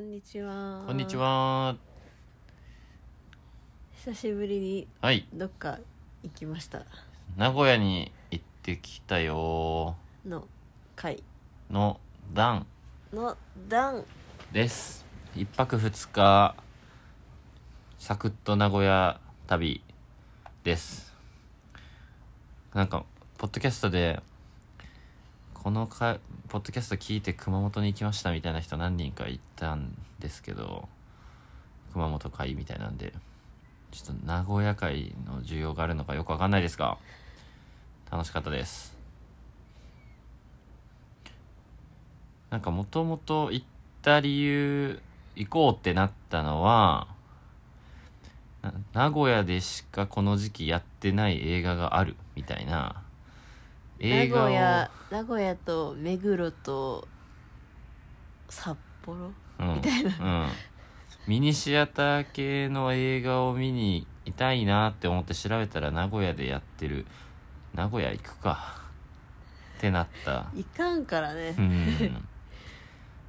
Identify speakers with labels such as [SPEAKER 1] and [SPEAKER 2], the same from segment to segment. [SPEAKER 1] にちは。
[SPEAKER 2] こんにち。は。
[SPEAKER 1] 久しぶりに
[SPEAKER 2] はい、
[SPEAKER 1] どっか行きました
[SPEAKER 2] 名古屋に行ってきたよ
[SPEAKER 1] の回
[SPEAKER 2] の段
[SPEAKER 1] の段
[SPEAKER 2] です。一泊二日、サクッと名古屋旅です。なんか、ポッドキャストで、このか、ポッドキャスト聞いて熊本に行きましたみたいな人何人かいたんですけど、熊本会みたいなんで、ちょっと名古屋会の需要があるのかよくわかんないですが、楽しかったです。なんかもともと行った理由、行こうってなったのは、な名古屋でしかこの時期やってない映画があるみたいな
[SPEAKER 1] 名
[SPEAKER 2] 映画を
[SPEAKER 1] 古屋名古屋と目黒と札幌
[SPEAKER 2] みたいな、うん、ミニシアター系の映画を見に行きたいなって思って調べたら名古屋でやってる名古屋行くかってなった
[SPEAKER 1] いかんからね
[SPEAKER 2] う、ん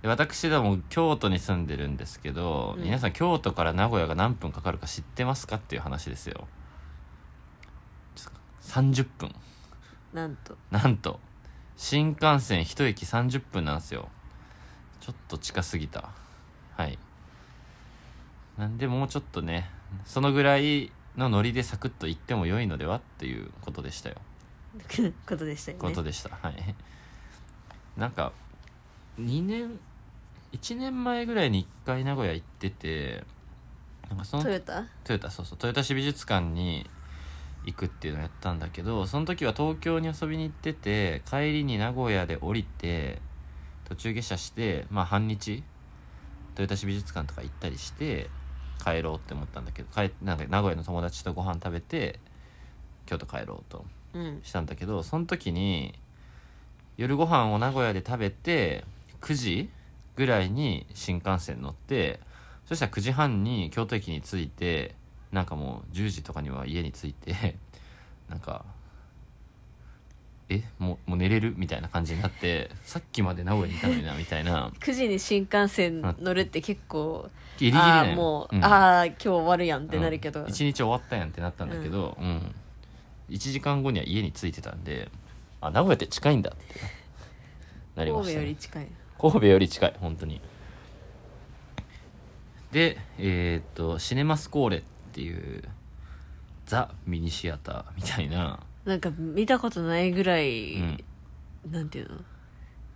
[SPEAKER 2] で私ども京都に住んでるんですけど、
[SPEAKER 1] うん
[SPEAKER 2] 皆さん京都から名古屋が何分かかるか知ってますかっていう話ですよちょっと30分
[SPEAKER 1] なんと
[SPEAKER 2] なんと新幹線一駅30分なんですよちょっと近すぎたはいなんでもうちょっとねそのぐらいのノリでサクッと行っても良いのではっていうことでしたよ
[SPEAKER 1] ことでしたよね
[SPEAKER 2] ことでした、はいなんか2年1年前ぐらいに1回名古屋行っててなんかその
[SPEAKER 1] トヨタ
[SPEAKER 2] トヨタそうそう豊田市美術館に行くっていうのをやったんだけどその時は東京に遊びに行ってて帰りに名古屋で降りて途中下車してまあ半日豊田市美術館とか行ったりして帰ろうって思ったんだけど帰なんか名古屋の友達とご飯食べて京都帰ろうと
[SPEAKER 1] うん
[SPEAKER 2] したんだけどその時に夜ご飯を名古屋で食べて9時ぐらいに新幹線乗ってそしたら9時半に京都駅に着いてなんかもう10時とかには家に着いて なんかえもうもう寝れるみたいな感じになってさっきまで名古屋にいたのになみたいな
[SPEAKER 1] 9時に新幹線乗るって結構
[SPEAKER 2] ギリギリ
[SPEAKER 1] あ
[SPEAKER 2] だ
[SPEAKER 1] あ
[SPEAKER 2] よ
[SPEAKER 1] もう、
[SPEAKER 2] ん
[SPEAKER 1] ああ今日終わるやんってなるけど、
[SPEAKER 2] うん一日終わったやんってなったんだけど、うん1時間後には家に着いてたんであ名古屋って近いんだってなりま
[SPEAKER 1] 神戸
[SPEAKER 2] した、
[SPEAKER 1] よ
[SPEAKER 2] ね
[SPEAKER 1] り、近い
[SPEAKER 2] 神戸より近い本当にでえーっとシネマスコーレっていうザ・ミニシアターみたいな、
[SPEAKER 1] なんか見たことないぐらい、
[SPEAKER 2] うん
[SPEAKER 1] なんていうの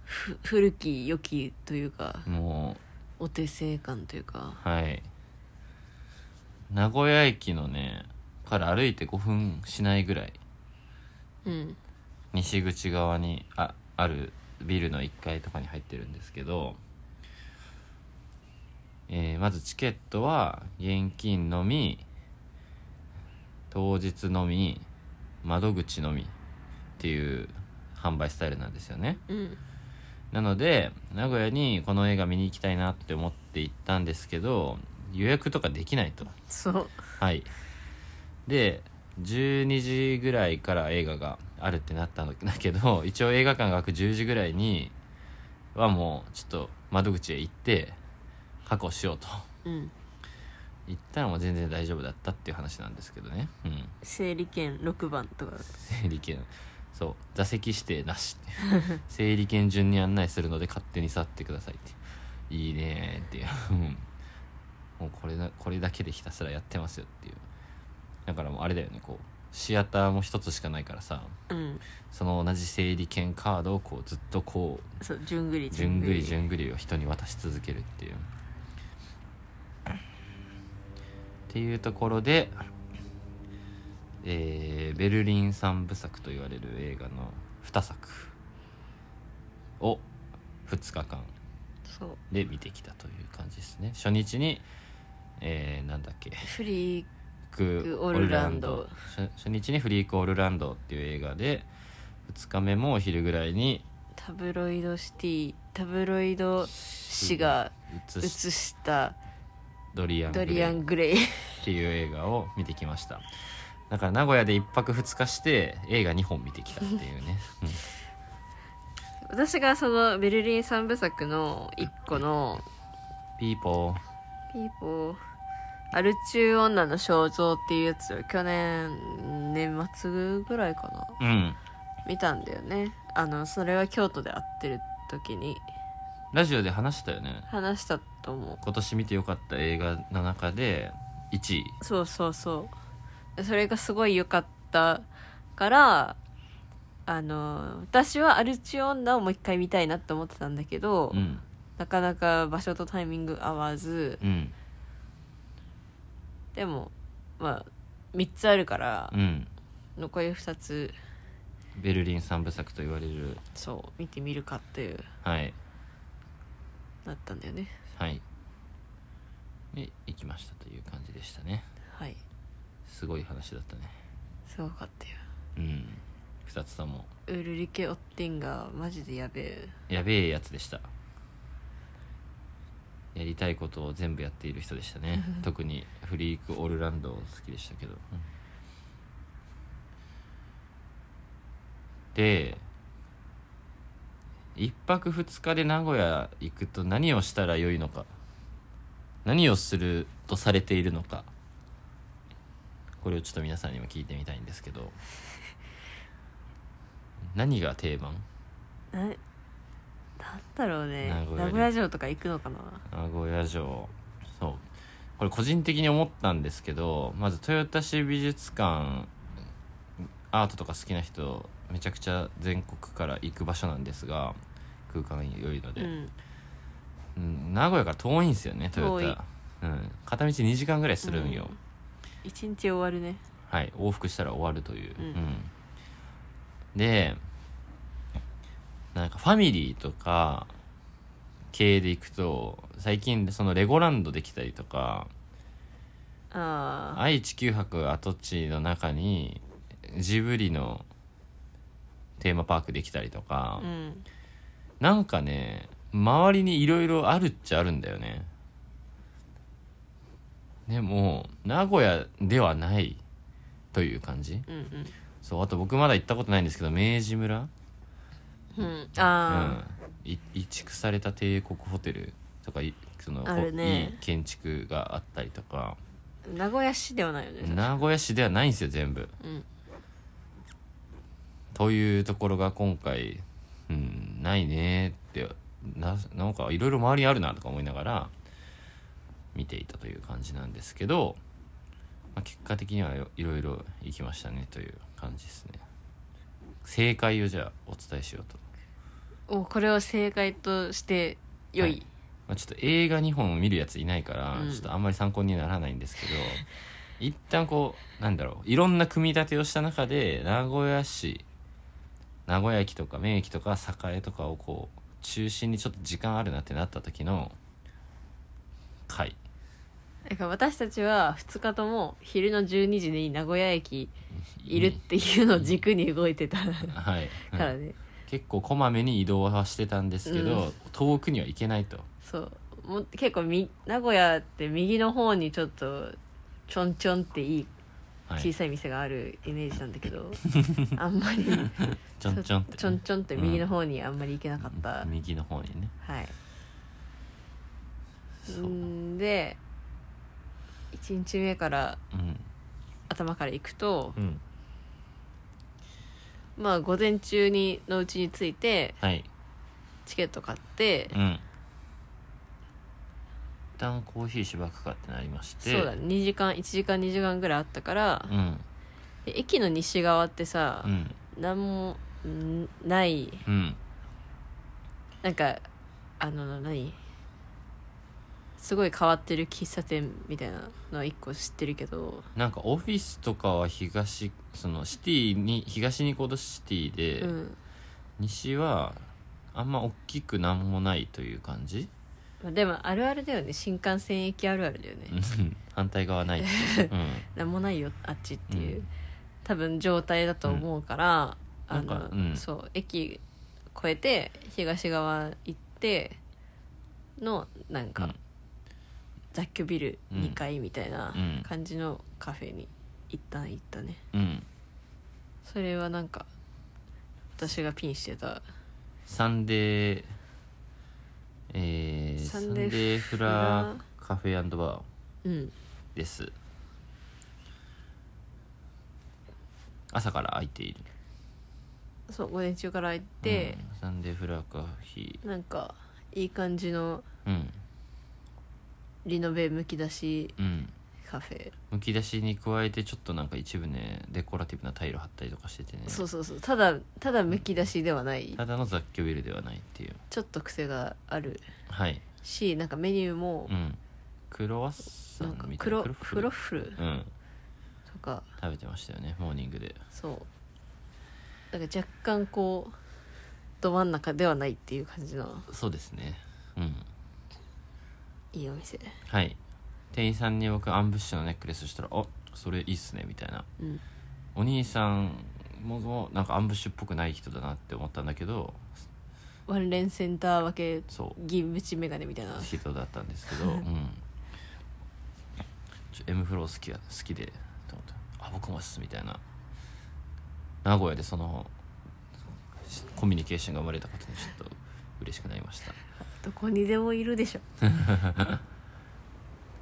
[SPEAKER 1] ふ古き良きというか
[SPEAKER 2] も
[SPEAKER 1] お手製感というか
[SPEAKER 2] うはい名古屋駅のねから歩いて5分しないぐらい
[SPEAKER 1] うん
[SPEAKER 2] 西口側にああるビルの1階とかに入ってるんですけど、えーまずチケットは現金のみ当日のみ窓口のみっていう販売スタイルなんですよね
[SPEAKER 1] うん
[SPEAKER 2] なので名古屋にこの映画見に行きたいなって思って行ったんですけど予約とかできないと
[SPEAKER 1] そう
[SPEAKER 2] はいで12時ぐらいから映画があるってなったんだけど 一応映画館が開く10時ぐらいにはもうちょっと窓口へ行って確保しようと
[SPEAKER 1] うん
[SPEAKER 2] 行ったらもう全然大丈夫だったっていう話なんですけどねうん
[SPEAKER 1] 整理券6番とか
[SPEAKER 2] 整理券そう座席指定なし整理券順に案内するので勝手に去ってくださいっていいねーっていううんもうこれだこれだけでひたすらやってますよっていうだからもうあれだよねこうシアターも一つしかないからさ
[SPEAKER 1] うん
[SPEAKER 2] その同じ整理券カードをこうずっとこう
[SPEAKER 1] そうじゅんぐり
[SPEAKER 2] じゅんぐりじゅんぐりを人に渡し続けるっていうっていうところで、えーベルリン三部作と言われる映画の2作を2日間
[SPEAKER 1] そう
[SPEAKER 2] で見てきたという感じですね初日に、えーなんだっけ
[SPEAKER 1] フリー
[SPEAKER 2] フリー
[SPEAKER 1] ク
[SPEAKER 2] ク
[SPEAKER 1] オ
[SPEAKER 2] オ
[SPEAKER 1] ル
[SPEAKER 2] ル
[SPEAKER 1] ラ
[SPEAKER 2] ラ
[SPEAKER 1] ン
[SPEAKER 2] ン
[SPEAKER 1] ド
[SPEAKER 2] ド初初日に「フリーク・オルランド」っていう映画で2日目もお昼ぐらいに
[SPEAKER 1] タブロイドシティタブロイド紙が
[SPEAKER 2] 映
[SPEAKER 1] 映
[SPEAKER 2] し
[SPEAKER 1] した
[SPEAKER 2] ドリアン・グ
[SPEAKER 1] ド
[SPEAKER 2] レイ
[SPEAKER 1] リアン・グ レイ
[SPEAKER 2] っていう映画を見てきましただから名古屋で1泊2日して映画2本見てきたっていうね、
[SPEAKER 1] 私がそのベルリン三部作の一個の
[SPEAKER 2] ピーポー
[SPEAKER 1] ピーポーアル中女の肖像っていうやつを去年年末ぐらいかな
[SPEAKER 2] うん
[SPEAKER 1] 見たんだよねあのそれは京都で会ってる時に
[SPEAKER 2] ラジオで話したよね
[SPEAKER 1] 話したと思う
[SPEAKER 2] 今年見てよかった映画の中で1位
[SPEAKER 1] そうそうそうでそれがすごい良かったからあの私はアルチ女をもう一回見たいなって思ってたんだけど、
[SPEAKER 2] うん
[SPEAKER 1] なかなか場所とタイミング合わず
[SPEAKER 2] うん
[SPEAKER 1] でもまあ3つあるから
[SPEAKER 2] うん
[SPEAKER 1] 残り2つ
[SPEAKER 2] ベルリン三部作と言われる
[SPEAKER 1] そう見てみるかっていう
[SPEAKER 2] はい
[SPEAKER 1] なったんだよね
[SPEAKER 2] はいで行きましたという感じでしたね
[SPEAKER 1] はい
[SPEAKER 2] すごい話だったね
[SPEAKER 1] すごかったよ
[SPEAKER 2] うん2つとも
[SPEAKER 1] ウルリケ・オッティンガーマジでやべえ
[SPEAKER 2] やべえやつでしたやりたいことを全部やっている人でした ね特にフリークオールラウンド好きでしたけど、うんで1泊2日で名古屋行くと何をしたらよいのか何をするとされているのかこれをちょっと皆さんにも聞いてみたいんですけ ど何が定番
[SPEAKER 1] ななんだろうね
[SPEAKER 2] 名古屋に
[SPEAKER 1] 名古屋城とか行くのかな
[SPEAKER 2] 名古屋城そうこれ個人的に思ったんですけどまず豊田市美術館アートとか好きな人めちゃくちゃ全国から行く場所なんですが空間良いので、
[SPEAKER 1] うん
[SPEAKER 2] うん名古屋から遠いんですよね
[SPEAKER 1] 遠い
[SPEAKER 2] 豊田、うん、片道2時間ぐらいするんよ、
[SPEAKER 1] うん一日終わるね
[SPEAKER 2] はい、往復したら終わるという、
[SPEAKER 1] うん
[SPEAKER 2] うんでなんかファミリーとか系で行くと最近そのレゴランドできたりとか
[SPEAKER 1] あ
[SPEAKER 2] 愛・地球博跡地の中にジブリのテーマパークできたりと
[SPEAKER 1] あ
[SPEAKER 2] か、
[SPEAKER 1] うん
[SPEAKER 2] なんかね周りにいろいろあるっちゃあるんだよねでも名古屋ではないという感じ
[SPEAKER 1] うんうん
[SPEAKER 2] そうあと僕まだ行ったことないんですけど明治村、
[SPEAKER 1] うん、
[SPEAKER 2] うん
[SPEAKER 1] ああ、
[SPEAKER 2] い移築された帝国ホテルとかいその
[SPEAKER 1] あるね
[SPEAKER 2] いい建築があったりとか
[SPEAKER 1] 名古屋市ではないよね
[SPEAKER 2] 名古屋市ではないんですよ全部
[SPEAKER 1] うん
[SPEAKER 2] というところが今回、うん、ないねーってななんかいろいろ周りにあるなとか思いながら見ていたという感じなんですけど、まあ、結果的にはいろいろ行きましたねという感じですね正解をじゃあお伝えしようと
[SPEAKER 1] おこれを正解として良い、
[SPEAKER 2] はいまあ、ちょっと映画2本を見るやついないから、
[SPEAKER 1] うん
[SPEAKER 2] ちょっとあんまり参考にならないんですけど 一旦こうなんだろういろんな組み立てをした中で名古屋市名古屋駅とか名駅とか栄とかをこう中心にちょっと時間あるなってなった時の 回
[SPEAKER 1] なんか私たちは2日とも昼の12時に名古屋駅いるっていうのを軸に動いてたか
[SPEAKER 2] はい、うん
[SPEAKER 1] らね
[SPEAKER 2] 結構こまめに移動はしてたんですけど、
[SPEAKER 1] うん
[SPEAKER 2] 遠くには行けないと
[SPEAKER 1] そうもう結構み名古屋って右の方にちょっとちょんちょんっていい
[SPEAKER 2] はい
[SPEAKER 1] 小さい店があるイメージなんだけど、 あんまり
[SPEAKER 2] ちょんちょんって
[SPEAKER 1] ちょんちょんって右の方にあんまり行けなかった、
[SPEAKER 2] 右の方にね
[SPEAKER 1] はい
[SPEAKER 2] そう、うん
[SPEAKER 1] んで1日目から頭から行くと
[SPEAKER 2] うん、
[SPEAKER 1] まあ午前中にのうちに着いて
[SPEAKER 2] はい
[SPEAKER 1] チケット買って
[SPEAKER 2] うん一旦コーヒーしばくかってなりまして
[SPEAKER 1] そうだね2時間1時間2時間ぐらいあったから
[SPEAKER 2] う、ん
[SPEAKER 1] で駅の西側ってさ
[SPEAKER 2] う、ん
[SPEAKER 1] なんもんない
[SPEAKER 2] うん
[SPEAKER 1] なんかあの何すごい変わってる喫茶店みたいなのは1個知ってるけど
[SPEAKER 2] なんかオフィスとかは東そのシティに東に行くほどシティで、
[SPEAKER 1] うん、
[SPEAKER 2] 西はあんま大きくなんもないという感じ
[SPEAKER 1] まあ、でもあるあるだよね新幹線駅あるあるだよね、
[SPEAKER 2] うん 反対 側ないっていう、
[SPEAKER 1] なんもないよあっちっていう、
[SPEAKER 2] うん
[SPEAKER 1] 多分状態だと思うから、
[SPEAKER 2] うん
[SPEAKER 1] あの
[SPEAKER 2] なんかうん
[SPEAKER 1] そう駅越えて東側行ってのなんか、
[SPEAKER 2] うん
[SPEAKER 1] 雑居ビル
[SPEAKER 2] うん
[SPEAKER 1] 2階みたいな
[SPEAKER 2] うん
[SPEAKER 1] 感じのカフェに一旦行ったね
[SPEAKER 2] うん、うん、
[SPEAKER 1] それはなんか私がピンしてた
[SPEAKER 2] サンデーえーサ
[SPEAKER 1] サ
[SPEAKER 2] ン
[SPEAKER 1] ン
[SPEAKER 2] デ
[SPEAKER 1] デー
[SPEAKER 2] ーフラーカフェバ
[SPEAKER 1] うん
[SPEAKER 2] ーです朝から空いている
[SPEAKER 1] そう午前中から行って、
[SPEAKER 2] うんサンデーフラーカフェ
[SPEAKER 1] なんかいい感じの
[SPEAKER 2] うん
[SPEAKER 1] リノベむき出し
[SPEAKER 2] うん
[SPEAKER 1] カフェ、
[SPEAKER 2] むき出しに加えてちょっとなんか一部ねデコラティブなタイル貼ったりとかしててね
[SPEAKER 1] そうそうそうただただむき出しではない
[SPEAKER 2] ただの雑居ビルではないっていう
[SPEAKER 1] ちょっと癖がある
[SPEAKER 2] はい
[SPEAKER 1] しなんかメニューも
[SPEAKER 2] うんクロワッサ
[SPEAKER 1] なんか
[SPEAKER 2] ンみたい
[SPEAKER 1] 黒
[SPEAKER 2] な
[SPEAKER 1] フロッフル
[SPEAKER 2] うん
[SPEAKER 1] とか
[SPEAKER 2] 食べてましたよねモーニングで
[SPEAKER 1] そうだから若干こうど真ん中ではないっていう感じの
[SPEAKER 2] そうですねうん
[SPEAKER 1] いいお店
[SPEAKER 2] はい店員さんに僕アンブッシュのネックレスしたら「あそれいいっすね」みたいな
[SPEAKER 1] うん
[SPEAKER 2] お兄さんもなんかアンブッシュっぽくない人だなって思ったんだけど
[SPEAKER 1] ワンレンセンター分け
[SPEAKER 2] そう
[SPEAKER 1] 銀縁メガネみたいな
[SPEAKER 2] 人だったんですけ ど、うん、ちょ M フロー好きや好きでと思って「あ僕もっす」みたいな名古屋でそのしコミュニケーションが生まれたことにちょっと嬉しくなりました
[SPEAKER 1] どこにでもいるでし ょ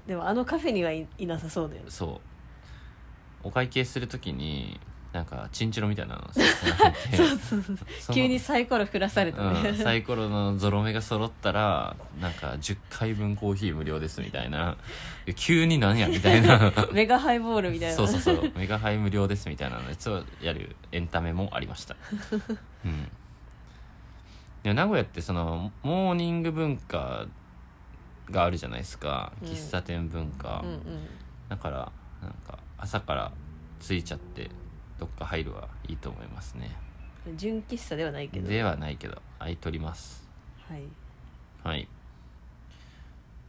[SPEAKER 1] でもあのカフェにはい、いなさそうだよね
[SPEAKER 2] そうお会計するときになんかチンチロみたいなのさせられて その
[SPEAKER 1] 急にサイコロ振らされたね、
[SPEAKER 2] うん、サイコロのゾロ目が揃ったらなんか10回分コーヒー無料ですみたいな急になんやみたいな
[SPEAKER 1] メガハイボールみたいな
[SPEAKER 2] そうそうそうメガハイ無料ですみたいなのやつをやるエンタメもありました、うん、でも名古屋ってそのモーニング文化があるじゃないですか
[SPEAKER 1] うん
[SPEAKER 2] 喫茶店文化、
[SPEAKER 1] うんうん
[SPEAKER 2] だからなんか朝から着いちゃってどっか入るはいいと思いますね
[SPEAKER 1] 純喫茶ではないけど
[SPEAKER 2] ではないけど空いとります
[SPEAKER 1] はい、
[SPEAKER 2] はい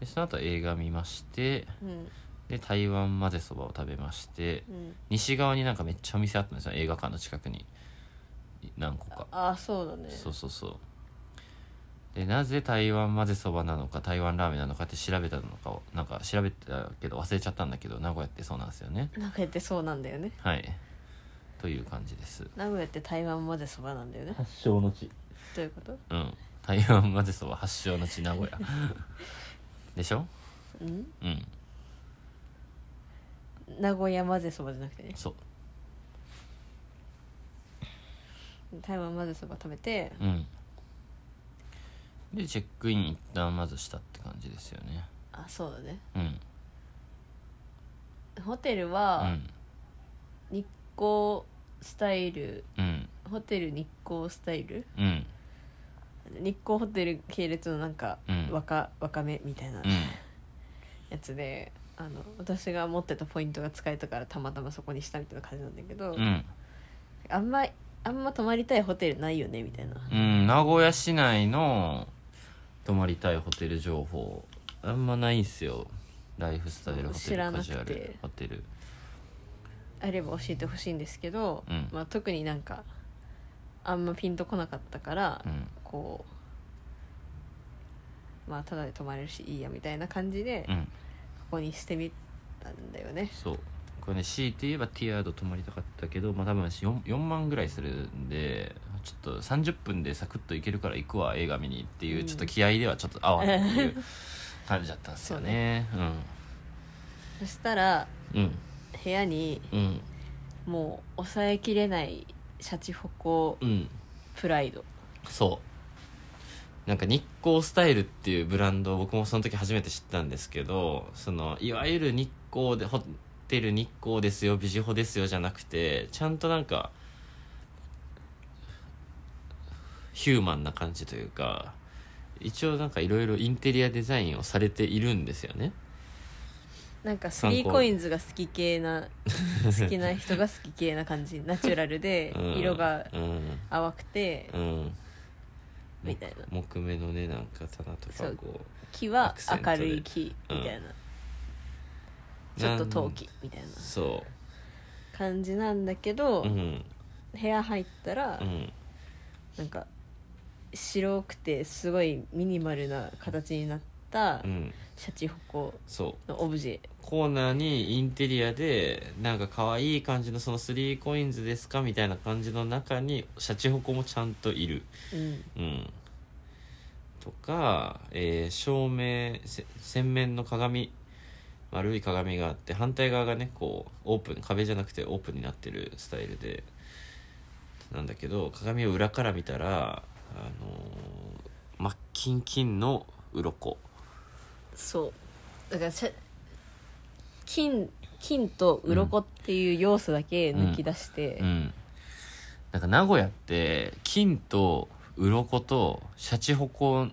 [SPEAKER 2] でその後映画見まして
[SPEAKER 1] うん
[SPEAKER 2] で台湾混ぜそばを食べまして
[SPEAKER 1] うん、
[SPEAKER 2] 西側になんかめっちゃお店あったんですよ映画館の近くに何個か
[SPEAKER 1] ああそうだね
[SPEAKER 2] そうそうそうでなぜ台湾混ぜそばなのか台湾ラーメンなのかって調べたのかをなんか調べたけど忘れちゃったんだけど名古屋ってそうなんですよね
[SPEAKER 1] なんかやってそうなんだよね
[SPEAKER 2] はいという感じです
[SPEAKER 1] 名古屋って台湾までそばなんだよね
[SPEAKER 2] 発祥の地
[SPEAKER 1] どういうこと
[SPEAKER 2] うん台湾混ぜそば発祥の地名古屋でしょ
[SPEAKER 1] うん
[SPEAKER 2] うん
[SPEAKER 1] 名古屋まぜそばじゃなくてね
[SPEAKER 2] そう
[SPEAKER 1] 台湾まぜそば食べて
[SPEAKER 2] うんでチェックイン一旦まずしたって感じですよね
[SPEAKER 1] あそうだね
[SPEAKER 2] うん
[SPEAKER 1] ホテル
[SPEAKER 2] う
[SPEAKER 1] は
[SPEAKER 2] ん
[SPEAKER 1] 日光スタイル
[SPEAKER 2] うん
[SPEAKER 1] ホテル日光スタイル
[SPEAKER 2] うん
[SPEAKER 1] 日光ホテル系列のなんか
[SPEAKER 2] うん
[SPEAKER 1] 若,、若めみたいな
[SPEAKER 2] うん
[SPEAKER 1] やつであの私が持ってたポイントが使えたからたまたまそこにしたみたいな感じなんだけど、
[SPEAKER 2] うん、
[SPEAKER 1] あんまあんま泊まりたいホテルないよねみたいな
[SPEAKER 2] うん、名古屋市内の泊まりたいホテル情報あんまないんすよライフスタイルホテ
[SPEAKER 1] 知ら
[SPEAKER 2] ル
[SPEAKER 1] なくて
[SPEAKER 2] カジュアルホテル
[SPEAKER 1] あれば教えてほしいんですけど、
[SPEAKER 2] うん
[SPEAKER 1] まあ、特になんかあんまピンとこなかったから、
[SPEAKER 2] うん
[SPEAKER 1] こうまあただで泊まれるしいいやみたいな感じで、
[SPEAKER 2] う
[SPEAKER 1] こ
[SPEAKER 2] ん
[SPEAKER 1] こにしてみたんだよね
[SPEAKER 2] そうこれね強いて言えばティアード泊まりたかったけどまあ多分 4, 4万ぐらいするんでちょっと30分でサクッと行けるから行くわ映画見にっていう、
[SPEAKER 1] うん
[SPEAKER 2] ちょっと気合ではちょっと合わないっていう感じだったんですよね
[SPEAKER 1] そしたら
[SPEAKER 2] うんうん
[SPEAKER 1] 部屋に
[SPEAKER 2] うん
[SPEAKER 1] もう抑えきれないシャチホコ
[SPEAKER 2] うん
[SPEAKER 1] プライド
[SPEAKER 2] そうなんか日光スタイルっていうブランドを僕もその時初めて知ったんですけどそのいわゆる日光でホテル日光ですよビジホですよじゃなくてちゃんとなんかヒューマンな感じというか一応なんかいろいろインテリアデザインをされているんですよね
[SPEAKER 1] なんか
[SPEAKER 2] 参考
[SPEAKER 1] 3コインズが好き系な好きな人が好き系な感じナチュラルで
[SPEAKER 2] うん
[SPEAKER 1] 色が
[SPEAKER 2] うん
[SPEAKER 1] 淡くて
[SPEAKER 2] うん
[SPEAKER 1] みたいな
[SPEAKER 2] 木目のねなんか棚と
[SPEAKER 1] そ
[SPEAKER 2] か
[SPEAKER 1] う
[SPEAKER 2] こ
[SPEAKER 1] 木は
[SPEAKER 2] アクセント
[SPEAKER 1] 明
[SPEAKER 2] で
[SPEAKER 1] るい木みたいな、
[SPEAKER 2] う
[SPEAKER 1] ちょっと陶
[SPEAKER 2] なん
[SPEAKER 1] 器みたいな
[SPEAKER 2] そ
[SPEAKER 1] 感じなんだけど、
[SPEAKER 2] ううん
[SPEAKER 1] 部屋入ったら、
[SPEAKER 2] うん
[SPEAKER 1] なんか白くてすごいミニマルな形になった
[SPEAKER 2] うん
[SPEAKER 1] シャチホコ
[SPEAKER 2] そう
[SPEAKER 1] のオブジェ
[SPEAKER 2] コーナーにインテリアでなんか可愛い感じのその 3COINS ですかみたいな感じの中にシャチホコもちゃんといる
[SPEAKER 1] うん
[SPEAKER 2] うんととか、えー照明せ洗面の鏡丸い鏡があって反対側がねこうオープン壁じゃなくてオープンになってるスタイルでなんだけど鏡を裏から見たらあのー、真っ金金の鱗
[SPEAKER 1] そうだからしゃ金金と鱗っていう要素だけ抜き出して、
[SPEAKER 2] うんなんか名古屋って金と鱗とシャチホコ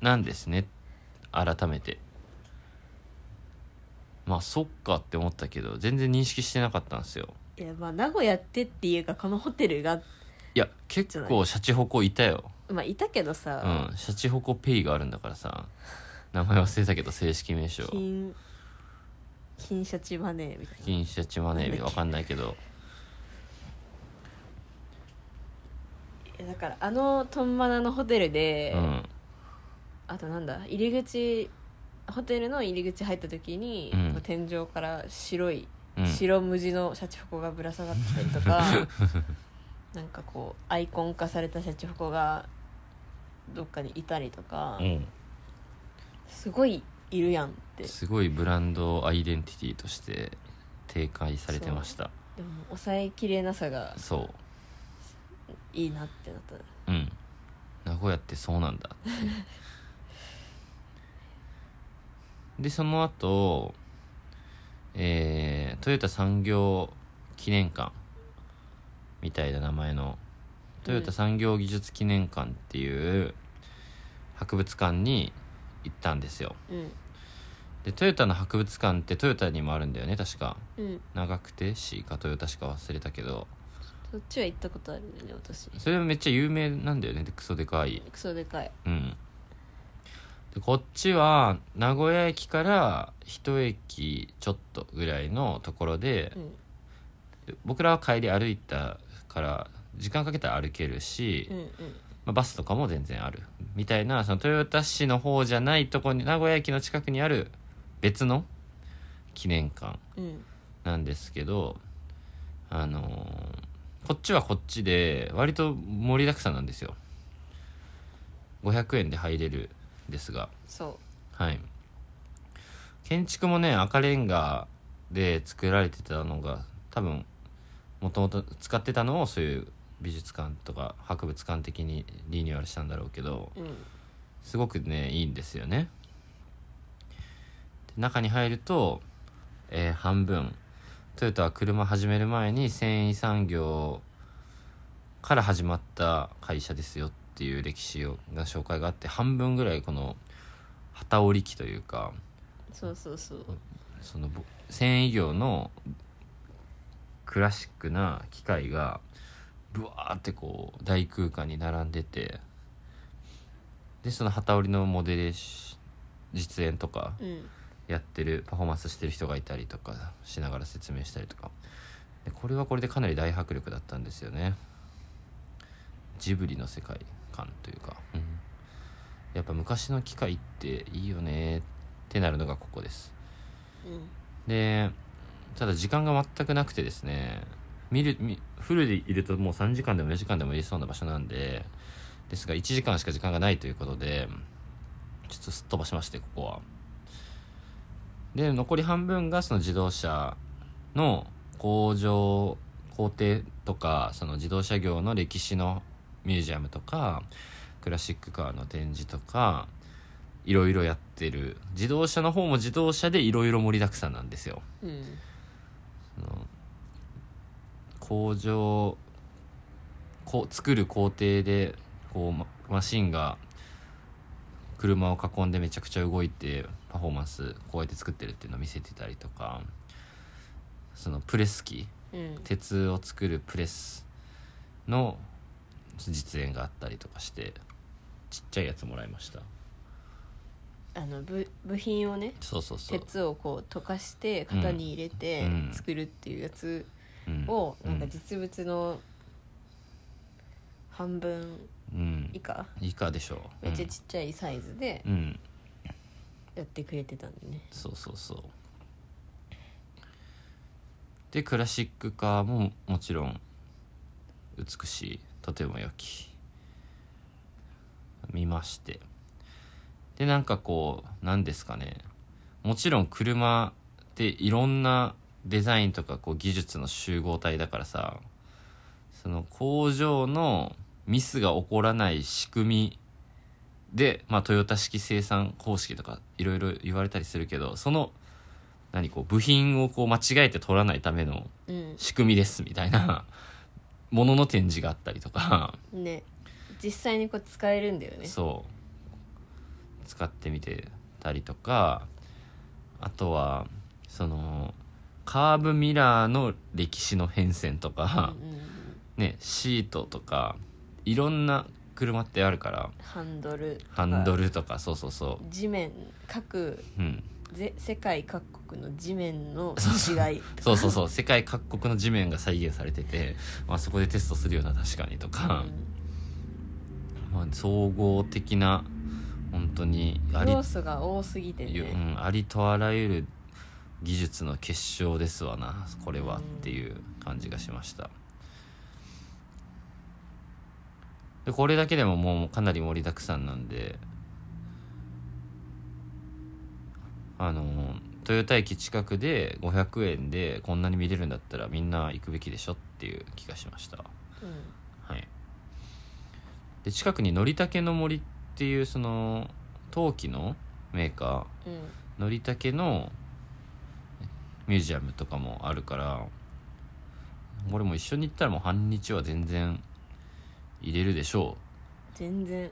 [SPEAKER 2] なんですね改めてまあそっかって思ったけど全然認識してなかったんですよ
[SPEAKER 1] いやまあ名古屋ってっていうかこのホテルが
[SPEAKER 2] いや結構シャチホコいたよ
[SPEAKER 1] まあいたけど
[SPEAKER 2] う
[SPEAKER 1] さ、
[SPEAKER 2] んシャチホコペイがあるんだからさ名前忘れたけど正式名称
[SPEAKER 1] 金金シャチマネーみたいな
[SPEAKER 2] 金シャチマネーわかんないけど
[SPEAKER 1] いやだからあのトンマナのホテルで、
[SPEAKER 2] うん
[SPEAKER 1] あとなんだ入り口ホテルの入り口入った時に、
[SPEAKER 2] うん
[SPEAKER 1] こう天井から白い、
[SPEAKER 2] うん
[SPEAKER 1] 白無地のシャチホコがぶら下がってたりと かなんかこうアイコン化されたシャチホコがどっかにいたりとか、
[SPEAKER 2] うん
[SPEAKER 1] すごいいるやんって
[SPEAKER 2] すごいブランドアイデンティティとして展開されてました
[SPEAKER 1] でも抑えきれなさが
[SPEAKER 2] そう
[SPEAKER 1] いいなってなった
[SPEAKER 2] うん名古屋ってそうなんだってでその後えー、トヨタ産業記念館みたいな名前のトヨタ産業技術記念館っていう博物館に行ったんですよ
[SPEAKER 1] うん
[SPEAKER 2] でトヨタの博物館ってトヨタにもあるんだよね確か
[SPEAKER 1] うん
[SPEAKER 2] 長久手市かトヨタしか忘れたけど
[SPEAKER 1] そっちは行ったことあるんだよね私
[SPEAKER 2] それはめっちゃ有名なんだよねでクソでかい
[SPEAKER 1] クソでかい
[SPEAKER 2] うん、でこっちは名古屋駅から一駅ちょっとぐらいのところで
[SPEAKER 1] う、ん
[SPEAKER 2] 僕らは帰り歩いたから時間かけたら歩けるし、
[SPEAKER 1] うんうん
[SPEAKER 2] まあ、バスとかも全然あるみたいなその豊田市の方じゃないとこに名古屋駅の近くにある別の記念館
[SPEAKER 1] うん
[SPEAKER 2] なんですけどあのーこっちはこっちで割と盛りだくさんなんですよ500円で入れるんですが
[SPEAKER 1] そ
[SPEAKER 2] はい建築もね赤レンガで作られてたのが多分もともと使ってたのをそういう美術館とか博物館的にリニューアルしたんだろうけど
[SPEAKER 1] ううん
[SPEAKER 2] すごくねいいんですよねで中に入ると、えー半分トヨタは車始める前に繊維産業から始まった会社ですよっていう歴史をが紹介があって半分ぐらいこの旗織り機というか
[SPEAKER 1] そうそうそう
[SPEAKER 2] そのぼ繊維業のクラシックな機械がブワーってこう大空間に並んでてでその機織りのモデルし実演とか
[SPEAKER 1] うん
[SPEAKER 2] やってるパフォーマンスしてる人がいたりとかしながら説明したりとかでこれはこれでかなり大迫力だったんですよねジブリの世界観というか、うんやっぱ昔の機械っていいよねってなるのがここです
[SPEAKER 1] うん
[SPEAKER 2] でただ時間が全くなくてですね見る見フルでいるともう3時間でも4時間でもいれそうな場所なんでですが1時間しか時間がないということでちょっとすっ飛ばしましてここはで残り半分がその自動車の工場工程とかその自動車業の歴史のミュージアムとかクラシックカーの展示とかいろいろやってる自動車の方も自動車でいろいろ盛りだくさんなんですよ
[SPEAKER 1] うん
[SPEAKER 2] その工場こう作る工程でこうママシンが車を囲んでめちゃくちゃ動いてパフォーマンスこうやって作ってるっていうのを見せてたりとかそのプレス機
[SPEAKER 1] うん
[SPEAKER 2] 鉄を作るプレスの実演があったりとかしてちっちゃいやつもらいました
[SPEAKER 1] あの部部品をね
[SPEAKER 2] そうそうそう
[SPEAKER 1] 鉄をこう溶かして型に入れて
[SPEAKER 2] うん
[SPEAKER 1] 作るっていうやつ
[SPEAKER 2] うん
[SPEAKER 1] を
[SPEAKER 2] う
[SPEAKER 1] なんか実物の半分
[SPEAKER 2] うん
[SPEAKER 1] 以下
[SPEAKER 2] 以下でしょう
[SPEAKER 1] めっちゃちっちゃいサイズで
[SPEAKER 2] うん、うん、
[SPEAKER 1] やってくれてたんでね
[SPEAKER 2] そうそうそうでクラシックカーももちろん美しいとても良き見ましてでなんかこう何ですかねもちろん車っていろんなデザインとかこう技術の集合体だからさその工場のミスが起こらない仕組みで、まあ、トヨタ式生産方式とかいろいろ言われたりするけどその何こう部品をこう間違えて取らないための
[SPEAKER 1] うん
[SPEAKER 2] 仕組みですみたいなものの展示があったりとか、
[SPEAKER 1] ね実際にこう使えるんだよね
[SPEAKER 2] そう使ってみてたりとかあとはそのカーブミラーの歴史の変遷とか
[SPEAKER 1] う、んうんうん
[SPEAKER 2] ねシートとかいろんな車ってあるから
[SPEAKER 1] ハンドルとか
[SPEAKER 2] ハンドルとかそうそうそ
[SPEAKER 1] 地面各
[SPEAKER 2] ううん
[SPEAKER 1] ぜ世界各国の地面の
[SPEAKER 2] そうそ
[SPEAKER 1] 違い
[SPEAKER 2] そうそうそう世界各国の地面が再現されてて、まあ、そこでテストするような確かにと
[SPEAKER 1] う
[SPEAKER 2] か、
[SPEAKER 1] ん
[SPEAKER 2] まあ、総合的な本当にあり
[SPEAKER 1] 要素が多すぎて
[SPEAKER 2] いやう
[SPEAKER 1] ね
[SPEAKER 2] ん、ありとあらゆる技術の結晶ですわなこれはっていう感じがしましたでこれだけでももうかなり盛りだくさんなんであの豊田駅近くで500円でこんなに見れるんだったらみんな行くべきでしょっていう気がしました
[SPEAKER 1] うん
[SPEAKER 2] はい、で近くにのりたけの森っていうその陶器のメーカ
[SPEAKER 1] うん
[SPEAKER 2] ーのりたけのミュージアムとかもあるから俺も一緒に行ったらもう半日は全然入れるでしょ
[SPEAKER 1] 全然
[SPEAKER 2] う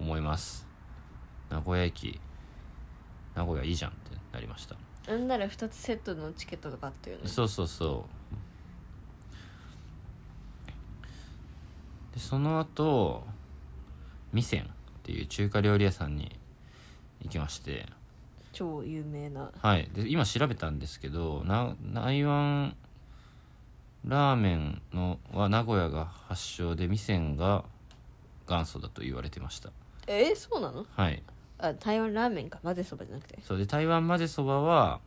[SPEAKER 2] 思います名古屋駅名古屋いいじゃんってなりました
[SPEAKER 1] なんなら2つセットのチケットとかあったよね
[SPEAKER 2] そうそうそうでその後味仙っていう中華料理屋さんに行きまして
[SPEAKER 1] 超有名な
[SPEAKER 2] はいで今調べたんですけどな台湾ラーメンのは名古屋が発祥で味仙が元祖だと言われてました
[SPEAKER 1] えーそうなの
[SPEAKER 2] はい
[SPEAKER 1] あ台湾ラーメンか混ぜそばじゃなくて
[SPEAKER 2] それで台湾まぜそばは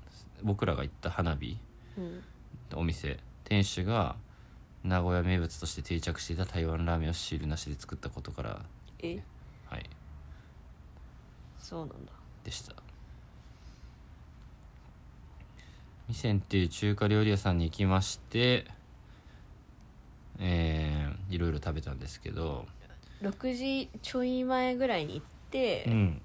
[SPEAKER 2] 僕らが行った花火
[SPEAKER 1] うん
[SPEAKER 2] お店店主が名古屋名物として定着していた台湾ラーメンをシールなしで作ったことから
[SPEAKER 1] え
[SPEAKER 2] はい
[SPEAKER 1] そうなんだ
[SPEAKER 2] でした味仙っていう中華料理屋さんに行きましてえーいろいろ食べたんですけど、
[SPEAKER 1] 6時ちょい前ぐらいに行って、
[SPEAKER 2] うん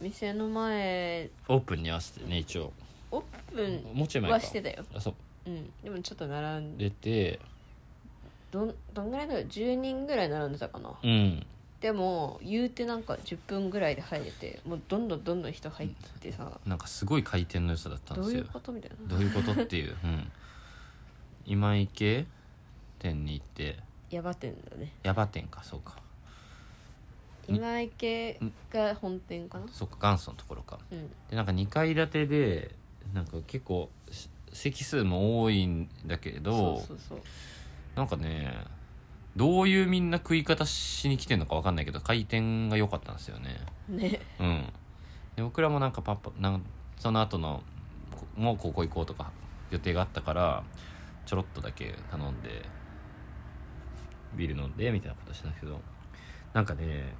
[SPEAKER 1] 店の前
[SPEAKER 2] オープンに合わせてね一応
[SPEAKER 1] オープ
[SPEAKER 2] もうちょ
[SPEAKER 1] ン
[SPEAKER 2] い前か
[SPEAKER 1] はしてたよ、
[SPEAKER 2] あそう
[SPEAKER 1] うん、でもちょっと並んで
[SPEAKER 2] 出て
[SPEAKER 1] どんどんぐらいだろう10人ぐらい並んでたかな
[SPEAKER 2] うん
[SPEAKER 1] でも言うてなんか10分ぐらいで入れてもうどんどんどんどん人入ってさ
[SPEAKER 2] なんかすごい回転の良さだったん
[SPEAKER 1] ど
[SPEAKER 2] で
[SPEAKER 1] う
[SPEAKER 2] す
[SPEAKER 1] い
[SPEAKER 2] よ
[SPEAKER 1] うことみたいな
[SPEAKER 2] どういうことっていう、うん、今池店に行って
[SPEAKER 1] ヤバ店だね
[SPEAKER 2] ヤバ店かそうかん
[SPEAKER 1] 今池が本店かな
[SPEAKER 2] そっか元祖のところか
[SPEAKER 1] うん
[SPEAKER 2] でなんか2階建てでなんか結構し席数も多いんだけど
[SPEAKER 1] そうそう
[SPEAKER 2] なんかねどういうみんな食い方しに来てんのか分かんないけど回転が良かったんですよね
[SPEAKER 1] そうね
[SPEAKER 2] うんで僕らもなんかパッパなんその後のこもうここ行こうとか予定があったからちょろっとだけ頼んでビール飲んでみたいなことしたんですけどなんかね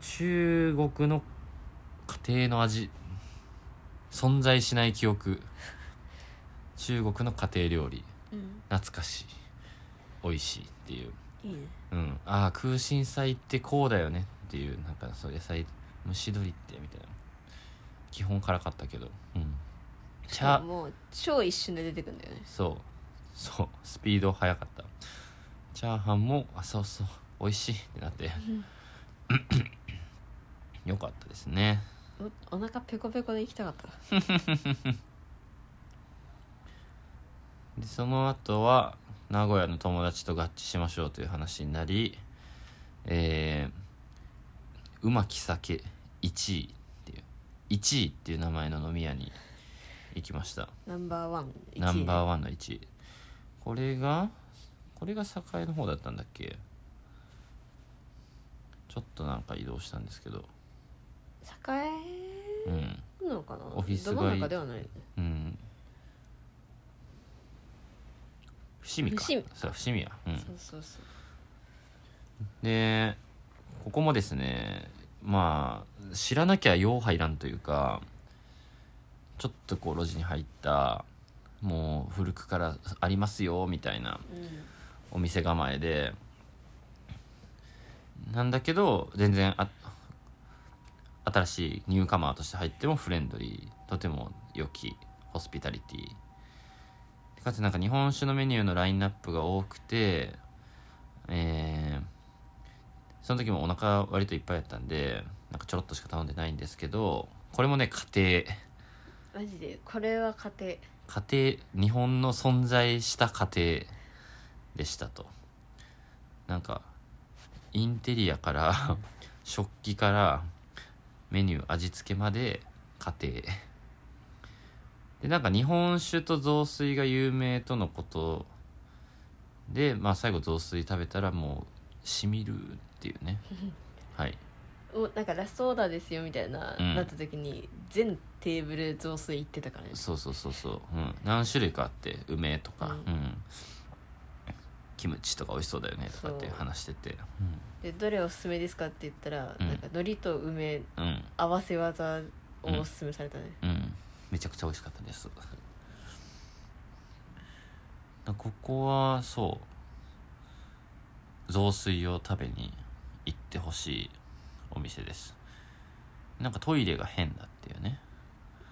[SPEAKER 2] 中国の家庭の味存在しない記憶中国の家庭料理
[SPEAKER 1] うん
[SPEAKER 2] 懐かしい美味しいっていう
[SPEAKER 1] いいね
[SPEAKER 2] うん、ああ空心菜ってこうだよねっていうなんかそう野菜蒸し鶏ってみたいな基本辛かったけどうんチャ
[SPEAKER 1] もう超一瞬で出てくんだよね
[SPEAKER 2] そうそうスピード速かったチャーハンもあそうそう美味しいってなって よかったですね
[SPEAKER 1] おお腹ペコペコで行きたかった
[SPEAKER 2] でその後は名古屋の友達と合致しましょうという話になりえー、うまき酒1位っていう1位っていう名前の飲み屋に行きました
[SPEAKER 1] ナンバーワン一位
[SPEAKER 2] ナンバーワンの1位これがこれが栄の方だったんだっけちょっとなんか移動したんですけど
[SPEAKER 1] 栄
[SPEAKER 2] うん
[SPEAKER 1] えなのかな
[SPEAKER 2] オフィス街
[SPEAKER 1] ど真ん中ではないよね
[SPEAKER 2] うん伏見か
[SPEAKER 1] 伏見
[SPEAKER 2] そう伏見やうん
[SPEAKER 1] そうそうそう
[SPEAKER 2] でここもですねまあ知らなきゃよう入らんというかちょっとこう路地に入ったもう古くからありますよみたいなお店構えでなんだけど全然あ新しいニューカマーとして入ってもフレンドリーとても良きホスピタリティかつなんか日本酒のメニューのラインナップが多くてえーその時もお腹割といっぱいやったんでなんかちょろっとしか頼んでないんですけどこれもね家庭
[SPEAKER 1] マジでこれは家庭
[SPEAKER 2] 家庭日本の存在した家庭でしたとなんかインテリアから 食器からメニュー味付けまで家庭でなんか日本酒と雑炊が有名とのことでまあ最後雑炊食べたらもうしみるっていうねはい
[SPEAKER 1] おなんかラストオーダーですよみたいな、
[SPEAKER 2] うん
[SPEAKER 1] なった時に全テーブル雑炊行ってたからね
[SPEAKER 2] そうそうそうそう、うん、何種類かあって梅とか、
[SPEAKER 1] う
[SPEAKER 2] うんキムチとか美味しそうだよねとかって
[SPEAKER 1] そう
[SPEAKER 2] 話してて
[SPEAKER 1] でどれおすすめですかって言ったら、
[SPEAKER 2] うん
[SPEAKER 1] なんか海苔と梅
[SPEAKER 2] うんうん、
[SPEAKER 1] 合わせ技をおすすめされたね、
[SPEAKER 2] うん、めちゃくちゃ美味しかったですだここはそう雑炊を食べに行ってほしいお店ですなんかトイレが変だっていうね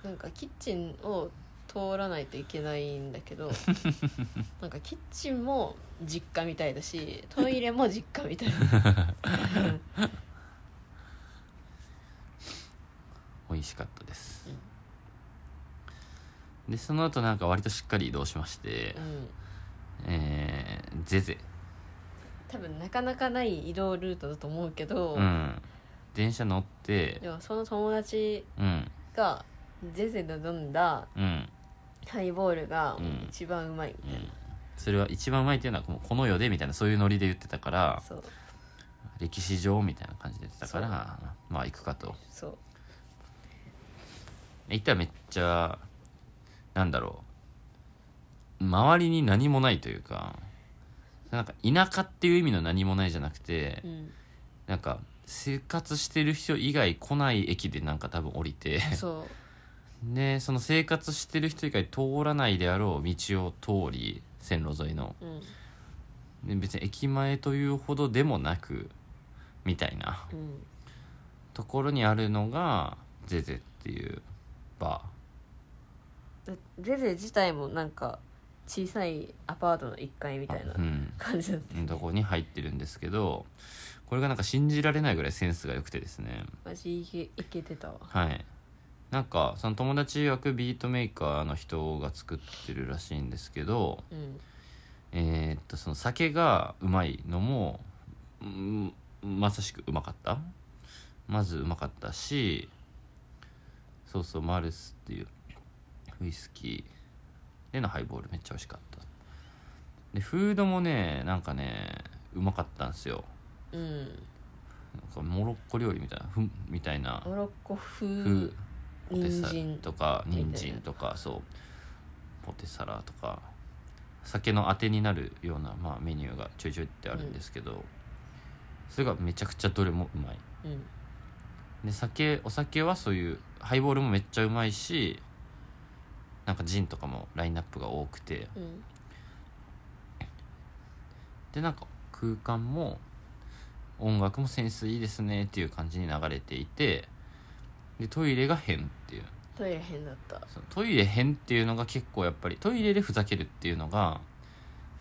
[SPEAKER 1] なんかキッチンを通らないといけないんだけ どなんかキッチンも実家みたいだ しトイレも実家みたいな
[SPEAKER 2] 美味しかったです、でその後なんか割としっかり移動しまして
[SPEAKER 1] う、ん
[SPEAKER 2] えー、ゼゼ
[SPEAKER 1] 多分なかなかない移動ルートだと思うけど、
[SPEAKER 2] うん電車乗って
[SPEAKER 1] でもその友達
[SPEAKER 2] うん
[SPEAKER 1] がゼゼで飲んだ
[SPEAKER 2] うん
[SPEAKER 1] ハイボールが
[SPEAKER 2] うん
[SPEAKER 1] 一番うまいみたいな、
[SPEAKER 2] それは一番うまいっていうのはもうこの世でみたいなそういうノリで言ってたから
[SPEAKER 1] そう
[SPEAKER 2] 歴史上みたいな感じで言ってたからまあ行くかと
[SPEAKER 1] そう
[SPEAKER 2] 行ったらめっちゃなんだろう周りに何もないというかなんか田舎っていう意味の何もないじゃなくて、
[SPEAKER 1] うん
[SPEAKER 2] なんか生活してる人以外来ない駅でなんか多分降りて
[SPEAKER 1] そう
[SPEAKER 2] でその生活してる人以外通らないであろう道を通り線路沿いの
[SPEAKER 1] うん
[SPEAKER 2] で別に駅前というほどでもなくみたいな
[SPEAKER 1] うん
[SPEAKER 2] ところにあるのがゼゼっていうバ
[SPEAKER 1] だゼゼ自体もなんか小さいアパートの1階み
[SPEAKER 2] ー
[SPEAKER 1] たいな
[SPEAKER 2] うん
[SPEAKER 1] 感じだった
[SPEAKER 2] とこに入ってるんですけどこれがなんか信じられないぐらいセンスが良くてですね
[SPEAKER 1] マジいけいけてたわ
[SPEAKER 2] はいなんかその友達曰くビートメーカーの人が作ってるらしいんですけど
[SPEAKER 1] うん
[SPEAKER 2] えーっとその酒がうまいのもうんまさしくうまかったまずうまかったしそうそうマルスっていうウイスキーでのハイボールめっちゃ美味しかったでフードもねなんかねうまかったんですよ
[SPEAKER 1] うん
[SPEAKER 2] なんかモロッコ料理みたいなふんみたいな
[SPEAKER 1] モロッコ風
[SPEAKER 2] ふポテ
[SPEAKER 1] 人
[SPEAKER 2] サラ
[SPEAKER 1] 参
[SPEAKER 2] とか
[SPEAKER 1] みたい
[SPEAKER 2] 人
[SPEAKER 1] な
[SPEAKER 2] 参とかそうポテサラとか酒のあてになるような、まあ、メニューがちょいちょいってあるんですけど、それがめちゃくちゃどれもうまい
[SPEAKER 1] うん
[SPEAKER 2] で酒お酒はそういうハイボールもめっちゃうまいしなんかジンとかもラインナップが多くて
[SPEAKER 1] うん
[SPEAKER 2] でなんか空間も音楽もセンスいいですねっていう感じに流れていてでトイレが変っていう
[SPEAKER 1] トイレ変だった
[SPEAKER 2] そのトイレ編っていうのが結構やっぱりトイレでふざけるっていうのが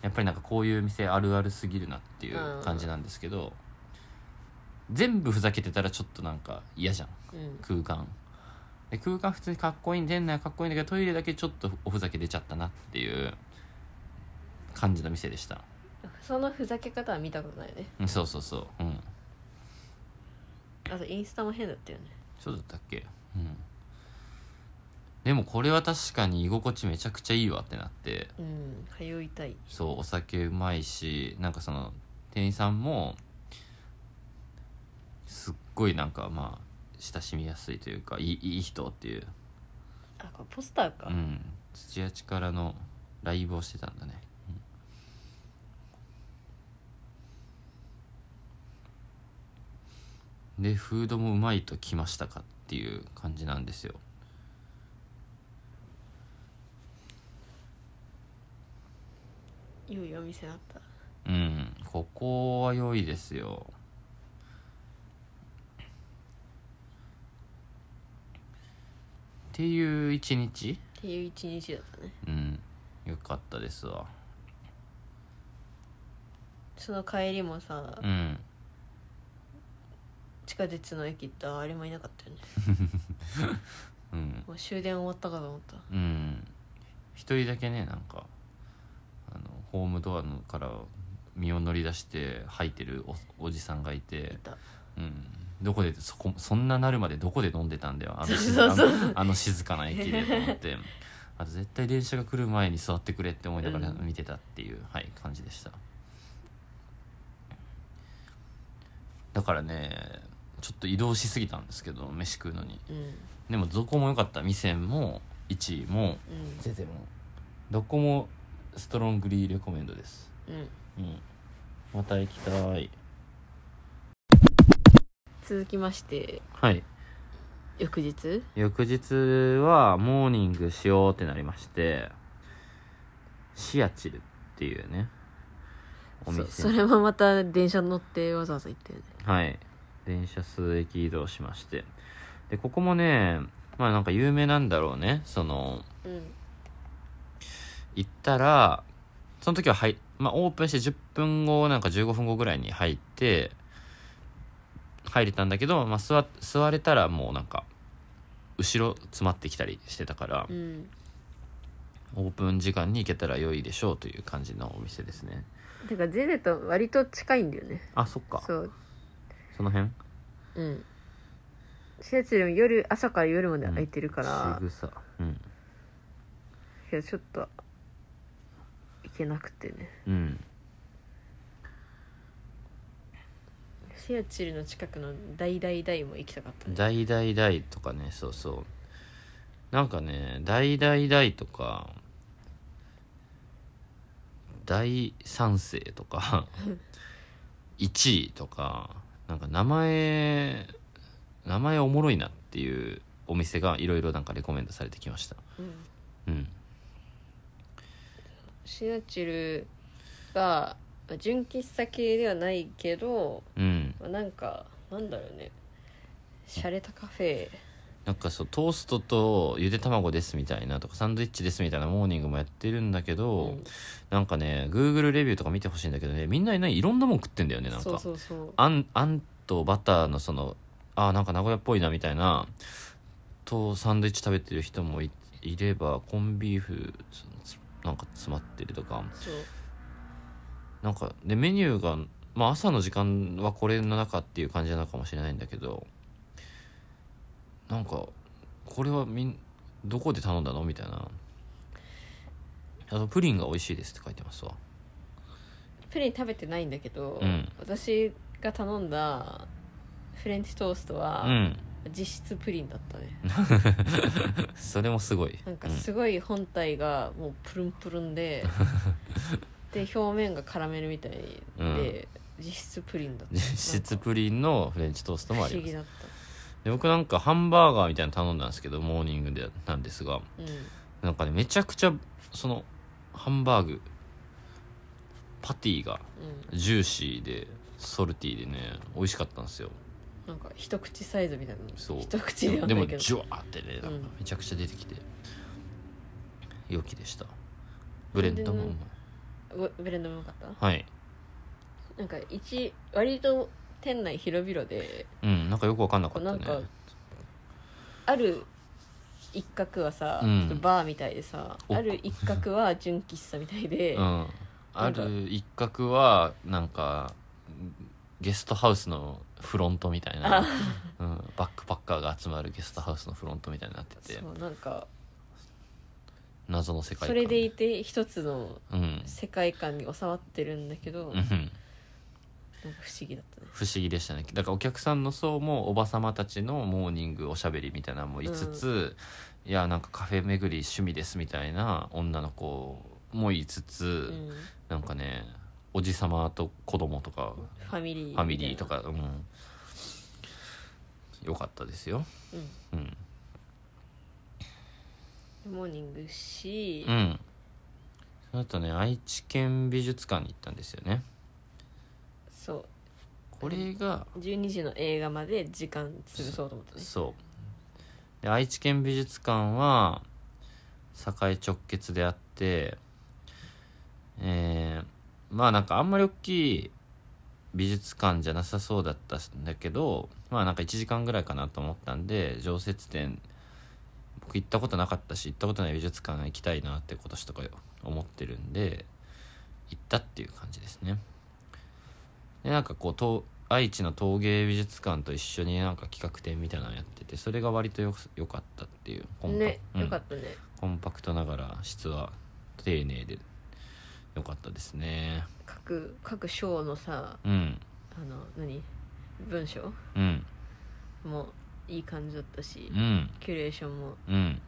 [SPEAKER 2] やっぱりなんかこういう店あるあるすぎるなっていう感じなんですけど、全部ふざけてたらちょっとなんか嫌じゃん
[SPEAKER 1] うん
[SPEAKER 2] 空間で空間普通にかっこいい店内はかっこいいんだけどトイレだけちょっとおふざけ出ちゃったなっていう感じの店でした
[SPEAKER 1] そのふざけ方は見たことないね
[SPEAKER 2] うんそうそうそううん
[SPEAKER 1] あとインスタも変だったよね
[SPEAKER 2] そうだったっけうんでもこれは確かに居心地めちゃくちゃいいわってなって
[SPEAKER 1] うん通いたい
[SPEAKER 2] そうお酒うまいしなんかその店員さんもすっごいなんかまあ親しみやすいというかいいいい人っていう、
[SPEAKER 1] あこれポスターか、
[SPEAKER 2] うん、土屋力のライブをしてたんだね、うんでフードもうまいときましたかっていう感じなんですよ
[SPEAKER 1] 良いお店だった
[SPEAKER 2] うんここは良いですよっていう一日
[SPEAKER 1] っていう一日だったね
[SPEAKER 2] うんよかったですわ
[SPEAKER 1] その帰りもさ、
[SPEAKER 2] うん
[SPEAKER 1] 地下鉄の駅行ったらあれもいなかったよね
[SPEAKER 2] うん
[SPEAKER 1] もう終電終わったかと思った
[SPEAKER 2] うん一人だけねなんかあのホームドアのから身を乗り出して吐いてるおおじさんがいて
[SPEAKER 1] いた
[SPEAKER 2] うん、どこでそこそんななるまでどこで飲んでたんだよあの 静
[SPEAKER 1] そうそう
[SPEAKER 2] あのあの静かな駅でと思って あと絶対電車が来る前に座ってくれって思いながら
[SPEAKER 1] うん
[SPEAKER 2] 見てたっていう、はい、感じでしただからねちょっと移動しすぎたんですけど飯食うのに
[SPEAKER 1] うんうん
[SPEAKER 2] でもどこも良かった店も1位もゼゼもどこもストロングリーレコメンドです
[SPEAKER 1] うん
[SPEAKER 2] うんまた行きたい
[SPEAKER 1] 続きまして
[SPEAKER 2] はい
[SPEAKER 1] 翌日
[SPEAKER 2] 翌日はモーニングしようってなりましてシアチルっていうねお
[SPEAKER 1] そ
[SPEAKER 2] 店
[SPEAKER 1] それもまた電車乗ってわざわざ行ったよね
[SPEAKER 2] はい電車数駅移動しましてでここもねまあなんか有名なんだろうねその
[SPEAKER 1] うん
[SPEAKER 2] 行ったらその時は入、まあ、オープンして10分後なんか15分後ぐらいに入って入れたんだけど、まあ、座座れたらもうなんか後ろ詰まってきたりしてたから、
[SPEAKER 1] うん
[SPEAKER 2] オープン時間に行けたら良いでしょうという感じのお店ですね
[SPEAKER 1] てかゼゼと割と近いんだよね
[SPEAKER 2] あそっかそ
[SPEAKER 1] そう
[SPEAKER 2] の辺
[SPEAKER 1] うんシアチルも夜朝から夜まで空いてるから、
[SPEAKER 2] 仕草うん
[SPEAKER 1] いやちょっと行けなくてね
[SPEAKER 2] うん
[SPEAKER 1] シアチルの近くの大大大も行きたかったね
[SPEAKER 2] 大大大とかねそうそうなんかね大大大とか大三世 とか一位とかなんか名前名前おもろいなっていうお店がいろいろなんかレコメンドされてきました
[SPEAKER 1] うん
[SPEAKER 2] うん
[SPEAKER 1] シアチルがまあ純喫茶系ではないけど、
[SPEAKER 2] うん
[SPEAKER 1] まあなんかなんだろうね洒落たカフェ
[SPEAKER 2] なんかそうトーストとゆで卵ですみたいなとかサンドイッチですみたいなモーニングもやってるんだけど、
[SPEAKER 1] うん
[SPEAKER 2] なんかね Google レビューとか見てほしいんだけどねみんないないいろんなもん食ってんだよねなんか
[SPEAKER 1] そうそうそう
[SPEAKER 2] あんあんとバターのそのあーなんか名古屋っぽいなみたいなとサンドイッチ食べてる人もいいればコンビーフつつなんか詰まってるとか
[SPEAKER 1] そう
[SPEAKER 2] なんかでメニューが、まあ、朝の時間はこれの中っていう感じなのかもしれないんだけどなんかこれはみんどこで頼んだのみたいなあとプリンが美味しいですって書いてますわ
[SPEAKER 1] プリン食べてないんだけど、
[SPEAKER 2] うん
[SPEAKER 1] 私が頼んだフレンチトーストは、
[SPEAKER 2] うん
[SPEAKER 1] 実質プリンだったね
[SPEAKER 2] それもすごい
[SPEAKER 1] なんかすごい本体がもうプルンプルン でで表面がカラメルみたいで、
[SPEAKER 2] うん
[SPEAKER 1] 実質プリンだった
[SPEAKER 2] 実質プリンのフレンチトースト
[SPEAKER 1] 不
[SPEAKER 2] もあ
[SPEAKER 1] 思
[SPEAKER 2] ります
[SPEAKER 1] 議だった
[SPEAKER 2] で僕なんかハンバーガーみたいなの頼んだんですけどモーニングでなんです
[SPEAKER 1] う
[SPEAKER 2] が
[SPEAKER 1] ん
[SPEAKER 2] なんかねめちゃくちゃそのハンバーグパティが
[SPEAKER 1] うん
[SPEAKER 2] ジューシーでソルティーでね美味しかったんですよ
[SPEAKER 1] なんか一口サイズみたいな
[SPEAKER 2] そう
[SPEAKER 1] 一口ではな
[SPEAKER 2] も
[SPEAKER 1] いけ
[SPEAKER 2] でも
[SPEAKER 1] ど
[SPEAKER 2] ジュワーってねなんかめちゃくちゃ出てきて、良きでしたブレンドもうまい
[SPEAKER 1] ブブレンドもよかった
[SPEAKER 2] はい
[SPEAKER 1] なんか一割と店内広々で
[SPEAKER 2] うんなんかよく分かんなかった
[SPEAKER 1] なんか
[SPEAKER 2] ね
[SPEAKER 1] ある一角はさ、
[SPEAKER 2] うん
[SPEAKER 1] ちょっとバーみたいでさ
[SPEAKER 2] お
[SPEAKER 1] ある一角は純喫茶みたいで、
[SPEAKER 2] うんある一角はなんかゲストハウスのフロントみたいな、
[SPEAKER 1] あ
[SPEAKER 2] うん、バックパッカーが集まるゲストハウスのフロントみたいになってて
[SPEAKER 1] そうなんか
[SPEAKER 2] 謎の世界観
[SPEAKER 1] それでいて一つの
[SPEAKER 2] うん、
[SPEAKER 1] 世界観に収まってるんだけど、
[SPEAKER 2] う
[SPEAKER 1] なんか
[SPEAKER 2] ん、
[SPEAKER 1] 不思議だったね
[SPEAKER 2] 不思議でしたねだからお客さんの層もおば様たちのモーニングおしゃべりみたいなのもいつつ、いやなんかカフェ巡り趣味ですみたいな女の子もいつつ、
[SPEAKER 1] うん、
[SPEAKER 2] なんかねおじ様と子供とか
[SPEAKER 1] ファミリー
[SPEAKER 2] ファミリーとか、うん、良かったですよ
[SPEAKER 1] う
[SPEAKER 2] うん、
[SPEAKER 1] んモーニングし、
[SPEAKER 2] うん、その後ね愛知県美術館に行ったんですよね
[SPEAKER 1] そ
[SPEAKER 2] これが
[SPEAKER 1] う12時の映画まで時間潰そうと思ったね
[SPEAKER 2] そうで愛知県美術館は境直結であってえーまあなんかあんまり大きい美術館じゃなさそうだったんだけどまあなんか1時間ぐらいかなと思ったんで常設展僕行ったことなかったし行ったことない美術館行きたいなって今年とか思ってるんで行ったっていう感じですね。でなんかこうと愛知の陶芸美術館と一緒になんか企画展みたいなのやっててそれが割とよよかったっていうコンパ,、
[SPEAKER 1] ね、
[SPEAKER 2] うん
[SPEAKER 1] よかったね
[SPEAKER 2] コンパクトながら質は丁寧でよかったですね
[SPEAKER 1] 各各章のさ
[SPEAKER 2] うん
[SPEAKER 1] あの何文章
[SPEAKER 2] うん
[SPEAKER 1] もいい感じだったし、
[SPEAKER 2] うん
[SPEAKER 1] キュレーションも
[SPEAKER 2] うん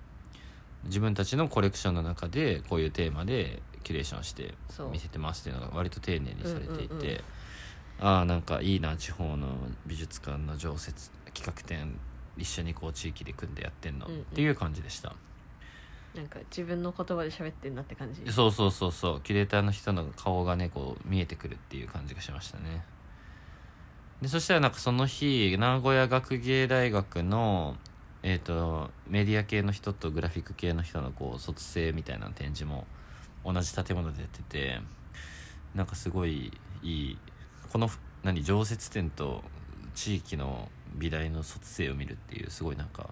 [SPEAKER 2] 自分たちのコレクションの中でこういうテーマでキュレーションして
[SPEAKER 1] そう
[SPEAKER 2] 見せてますっていうのが割と丁寧にされていて、
[SPEAKER 1] うんうんうん
[SPEAKER 2] ああなんかいいな地方の美術館の常設企画展一緒にこう地域で組んでやってんの、
[SPEAKER 1] うんうん
[SPEAKER 2] っていう感じでした
[SPEAKER 1] なんか自分の言葉で喋ってんなって感じ
[SPEAKER 2] そうそうそうそうキュレーターの人の顔がねこう見えてくるっていう感じがしましたねでそしたらなんかその日名古屋学芸大学のえっ、とメディア系の人とグラフィック系の人のこう卒生みたいな展示も同じ建物でやっててなんかすごいいいこの何常設展と地域の美大の卒生を見るっていうすごいなんか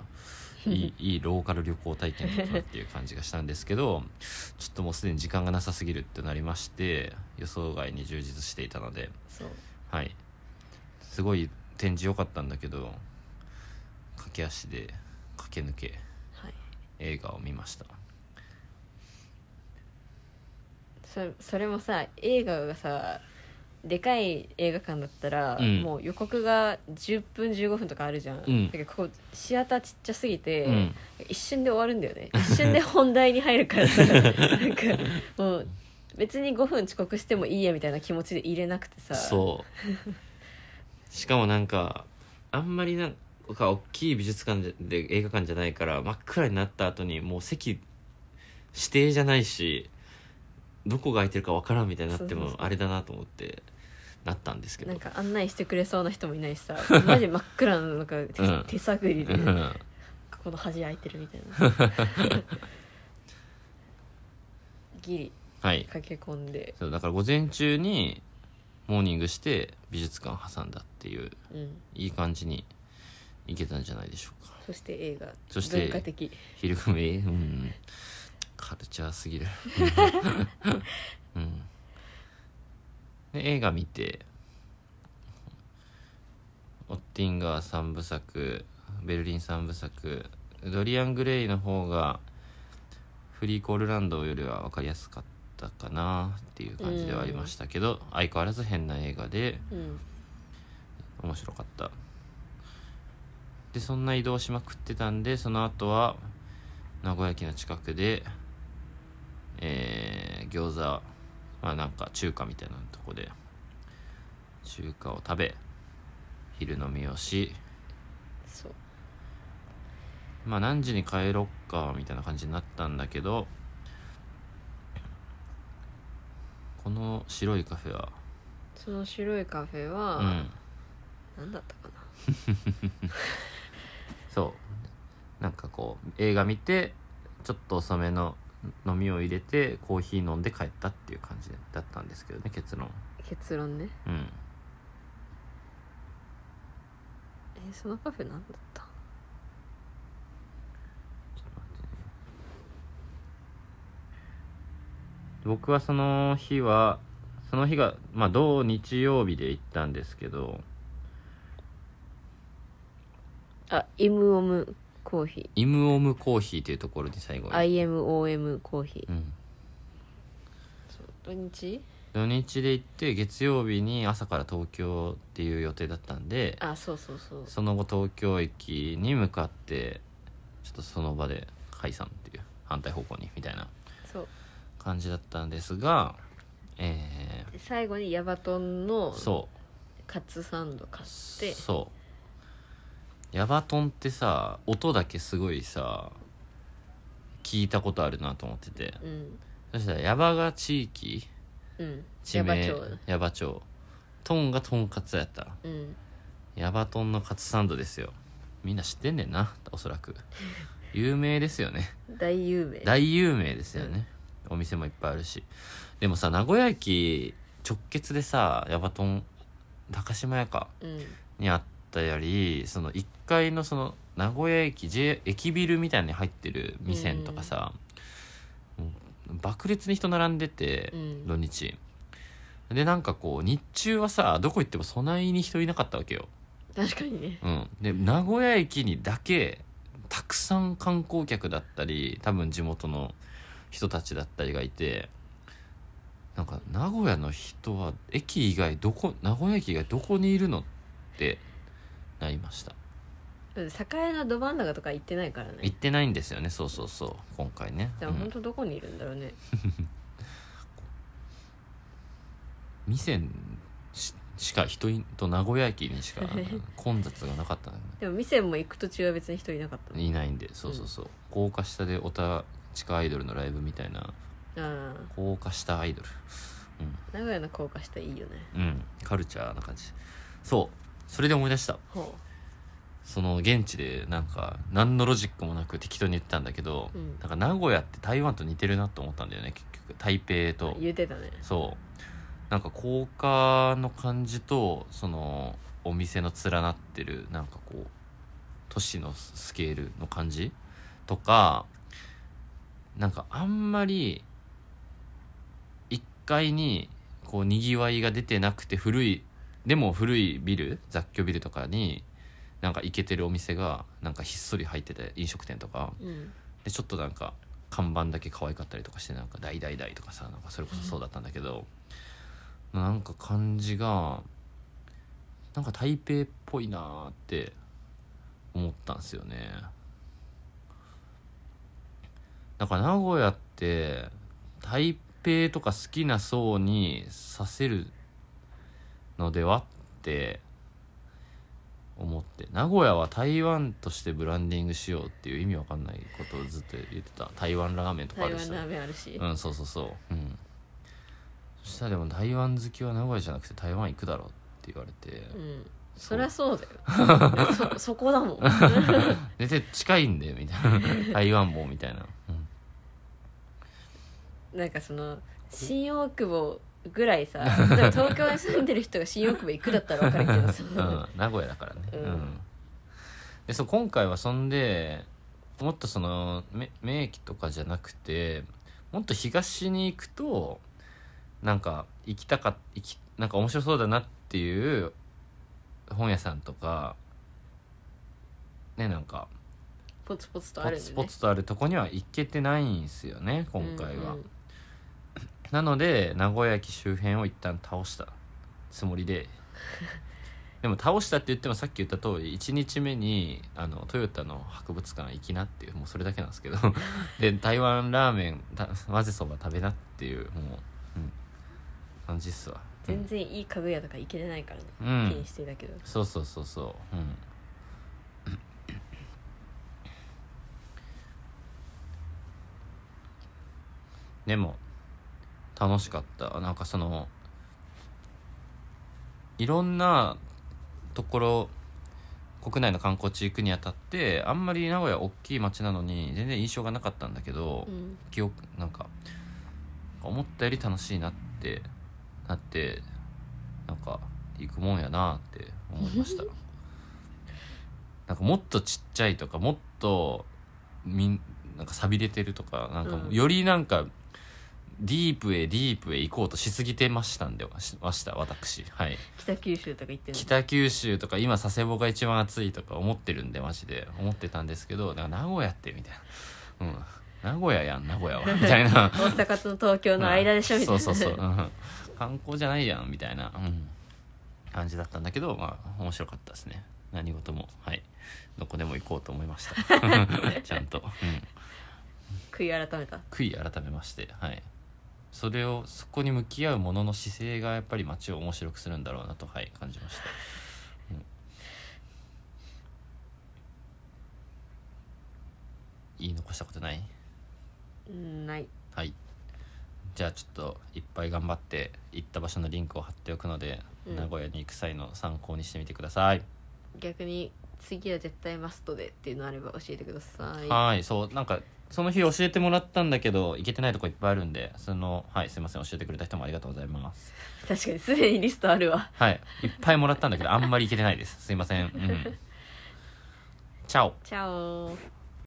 [SPEAKER 2] いいいいローカル旅行体験だったなっていう感じがしたんですけどちょっともうすでに時間がなさすぎるってなりまして予想外に充実していたので
[SPEAKER 1] そう
[SPEAKER 2] はいすごい展示良かったんだけど駆け足で駆け抜け
[SPEAKER 1] はい
[SPEAKER 2] 映画を見ました
[SPEAKER 1] そそれもさ映画がさでかい映画館だったら、
[SPEAKER 2] うん
[SPEAKER 1] もう予告が10分15分とかあるじゃん、
[SPEAKER 2] うん
[SPEAKER 1] だけどここシアターちっちゃすぎて、
[SPEAKER 2] うん
[SPEAKER 1] 一瞬で終わるんだよね 一瞬で本題に入るから なんかもう別に5分遅刻してもいいやみたいな気持ちで入れなくてさ
[SPEAKER 2] そうしかもなんかあんまりなんか大きい美術館じゃで映画館じゃないから真っ暗になった後にもう席指定じゃないしどこが空いてるかわからんみたいになっ
[SPEAKER 1] そ
[SPEAKER 2] て
[SPEAKER 1] う
[SPEAKER 2] も
[SPEAKER 1] そうそう
[SPEAKER 2] あれだなと思ってなったんですけど
[SPEAKER 1] なんか案内してくれそうな人もいないし さマジ真っ暗なのか手,、
[SPEAKER 2] うん
[SPEAKER 1] 手探り
[SPEAKER 2] う
[SPEAKER 1] でこ
[SPEAKER 2] ん
[SPEAKER 1] この端開いてるみたい なギリ
[SPEAKER 2] はい
[SPEAKER 1] 駆け込んで
[SPEAKER 2] そうだから午前中にモーニングして美術館挟んだっていう
[SPEAKER 1] うん
[SPEAKER 2] いい感じに行けたんじゃないでしょうか
[SPEAKER 1] そして映画
[SPEAKER 2] そして
[SPEAKER 1] 文化的
[SPEAKER 2] 昼組うんカルチャーすぎるうんで映画見てオッティンガー3部作ベルリン3部作ドリアン・グレイの方がフリーコールランドよりは分かりやすかったかなっていう感じではありましたけど、相変わらず変な映画で
[SPEAKER 1] うん
[SPEAKER 2] 面白かったでそんな移動しまくってたんでその後は名古屋駅の近くでえー、餃子まあなんか中華みたいなとこで中華を食べ昼飲みをし
[SPEAKER 1] そう
[SPEAKER 2] まあ何時に帰ろっかみたいな感じになったんだけどこの白いカフェは
[SPEAKER 1] その白いカフェ
[SPEAKER 2] う
[SPEAKER 1] は、
[SPEAKER 2] ん
[SPEAKER 1] 何だったかな
[SPEAKER 2] そうなんかこう映画見てちょっと遅めの飲みを入れてコーヒー飲んで帰ったっていう感じだったんですけどね結論
[SPEAKER 1] 結論ね
[SPEAKER 2] うん
[SPEAKER 1] えそのカフェ何だった
[SPEAKER 2] ちょっと待ってね僕はその日はその日がまあ同日曜日で行ったんですけど
[SPEAKER 1] あイムオムコーヒ
[SPEAKER 2] イムオムコーヒーというところに最後
[SPEAKER 1] ー
[SPEAKER 2] に
[SPEAKER 1] IMOM コーヒー
[SPEAKER 2] うん
[SPEAKER 1] そう土日
[SPEAKER 2] 土日で行って月曜日に朝から東京っていう予定だったんで
[SPEAKER 1] あそうそうそう
[SPEAKER 2] その後東京駅に向かってちょっとその場で解散っていう反対方向にみたいな
[SPEAKER 1] そう
[SPEAKER 2] 感じだったんですがえ
[SPEAKER 1] で最後にヤバトン
[SPEAKER 2] ー
[SPEAKER 1] の
[SPEAKER 2] そ
[SPEAKER 1] カツサンド買
[SPEAKER 2] う
[SPEAKER 1] って
[SPEAKER 2] そうヤバトンってさ音だけすごいさ聞いたことあるなと思ってて
[SPEAKER 1] うん
[SPEAKER 2] そしたらヤバが地域
[SPEAKER 1] うん
[SPEAKER 2] 地名
[SPEAKER 1] 矢場町
[SPEAKER 2] ヤバ町トンがトンカツやった
[SPEAKER 1] うん
[SPEAKER 2] ヤバトンのカツサンドですよみんな知ってんねんなおそらく有名ですよね
[SPEAKER 1] 大有名
[SPEAKER 2] 大有名ですよね、お店もいっぱいあるしでもさ名古屋駅直結でさヤバトン高島屋か
[SPEAKER 1] うん
[SPEAKER 2] にあったよりその1階のその名古屋駅、J、駅ビルみたいに入ってる店とかさ、もう爆裂に人並んでて、
[SPEAKER 1] うん
[SPEAKER 2] 土日でなんかこう日中はさどこ行ってもそないに人いなかったわけよ、
[SPEAKER 1] 確かにね
[SPEAKER 2] うん、で名古屋駅にだけたくさん観光客だったり多分地元の人たちだったりがいてなんか名古屋の人は駅以外どこ名古屋駅以外どこにいるのってなりました
[SPEAKER 1] だって栄のど真ん中とか行ってないからね
[SPEAKER 2] 行ってないんですよねそうそうそう今回ね、
[SPEAKER 1] じゃ
[SPEAKER 2] う
[SPEAKER 1] あ
[SPEAKER 2] ん
[SPEAKER 1] 本当どこにいるんだろうね、
[SPEAKER 2] 店ししか人いと名古屋駅 にしか混雑がなかったのよね
[SPEAKER 1] でも店も行く途中は別に人いなかったの
[SPEAKER 2] いないんでそうそうそう、高架下でオタ地下アイドルのライブみたいな
[SPEAKER 1] ああ
[SPEAKER 2] 高架下アイドル
[SPEAKER 1] 名古屋の高架下いいよね
[SPEAKER 2] うんカルチャーな感じそうそれで思い出した
[SPEAKER 1] ほ
[SPEAKER 2] その現地でなんか何のロジックもなく適当に言ってたんだけど、
[SPEAKER 1] うん
[SPEAKER 2] なんか名古屋って台湾と似てるなと思ったんだよね結局台北
[SPEAKER 1] う
[SPEAKER 2] と
[SPEAKER 1] 言うてたね
[SPEAKER 2] そうなんか高架の感じとそのお店の連なってるなんかこう都市のスケールの感じとかなんかあんまり1階にこうにぎわいが出てなくて古いでも古いビル雑居ビルとかになんか行けてるお店がなんかひっそり入ってて飲食店とか
[SPEAKER 1] うん
[SPEAKER 2] でちょっとなんか看板だけ可愛かったりとかしてなんか「大大大」とかさなんかそれこそそうだったんだけど、なんか感じがなんか台北っぽいなーって思ったんですよねだから名古屋って台北とか好きな層にさせるのではって思って名古屋は台湾としてブランディングしようっていう意味わかんないことをずっと言ってた台湾ラーメンとかあ
[SPEAKER 1] 台
[SPEAKER 2] るし
[SPEAKER 1] 湾
[SPEAKER 2] さ
[SPEAKER 1] ラーメンあるし、
[SPEAKER 2] うんそうそうそううんそしたらでも台湾好きは名古屋じゃなくて台湾行くだろうって言われて、
[SPEAKER 1] うん
[SPEAKER 2] そ
[SPEAKER 1] そうりゃそうだ よそそこだもん
[SPEAKER 2] でで近いんだよみたい な台湾もみたいな、うん
[SPEAKER 1] なんかその新大久保ぐらいさ例えば東京に住んでる人が新大久保行くだったら分かるけどさ、
[SPEAKER 2] うん、名古屋だからね、う
[SPEAKER 1] うんん
[SPEAKER 2] でそう今回はそんでもっとそのめ名駅とかじゃなくてもっと東に行くとなんか行きたか行きなんか面白そうだなっていう本屋さんとかねなんか
[SPEAKER 1] ポツポツとあ
[SPEAKER 2] ポ
[SPEAKER 1] るんで
[SPEAKER 2] ツ
[SPEAKER 1] ね
[SPEAKER 2] ポツとあるとこには行けてないんすよね今回は、
[SPEAKER 1] うんうん
[SPEAKER 2] なので名古屋駅周辺を一旦倒したつも りででも倒したって言ってもさっき言った通り1日目にあのトヨタの博物館行きなっていうもうそれだけなん ですけどで台湾ラーメンた混ぜそば食べなっていうもう、うん、感じっすわ
[SPEAKER 1] 全然いい家具屋とか行けてないからね、
[SPEAKER 2] うん
[SPEAKER 1] 気にしてたけど
[SPEAKER 2] そうそうそうそううんでも楽しかったなんかそのいろんなところ国内の観光地行くにあたってあんまり名古屋大きい街なのに全然印象がなかったんだけど、
[SPEAKER 1] うん
[SPEAKER 2] 記憶なんか思ったより楽しいなってなってなんか行くもんやなって思いましたなんかもっとちっちゃいとかもっとみんなんか寂れてるとかなんかもう
[SPEAKER 1] うん
[SPEAKER 2] よりなんかディープへディープへ行こうとしすぎてましたんでしました私はい
[SPEAKER 1] 北九州とか行ってんの
[SPEAKER 2] 北九州とか今佐世保が一番暑いとか思ってるんでマジで思ってたんですけどなんか名古屋ってみたいなうん名古屋やん名古 屋はみたいな
[SPEAKER 1] 大阪と東京の間でしょみたいな、
[SPEAKER 2] うんそうそうそう、うん観光じゃないやんみたいな、うん感じだったんだけどまあ面白かったですね何事もはいどこでも行こうと思いました ちゃんと、うん
[SPEAKER 1] 悔い改めた
[SPEAKER 2] 悔い改めましてはいそれをそこに向き合うものの姿勢がやっぱり街を面白くするんだろうなとはい感じました言い残したことない
[SPEAKER 1] ない
[SPEAKER 2] はいじゃあちょっといっぱい頑張って行った場所のリンクを貼っておくので、
[SPEAKER 1] うん
[SPEAKER 2] 名古屋に行く際の参考にしてみてください
[SPEAKER 1] 逆に次は絶対マストでっていうのあれば教えてください
[SPEAKER 2] はいそうなんかその日教えてもらったんだけど行けてないとこいっぱいあるんでそのはいすいません教えてくれた人もありがとうございます
[SPEAKER 1] 確かにすでにリストあるわ
[SPEAKER 2] はいいっぱいもらったんだけどあんまり行けてないですすいませんうんチャオ
[SPEAKER 1] チャオ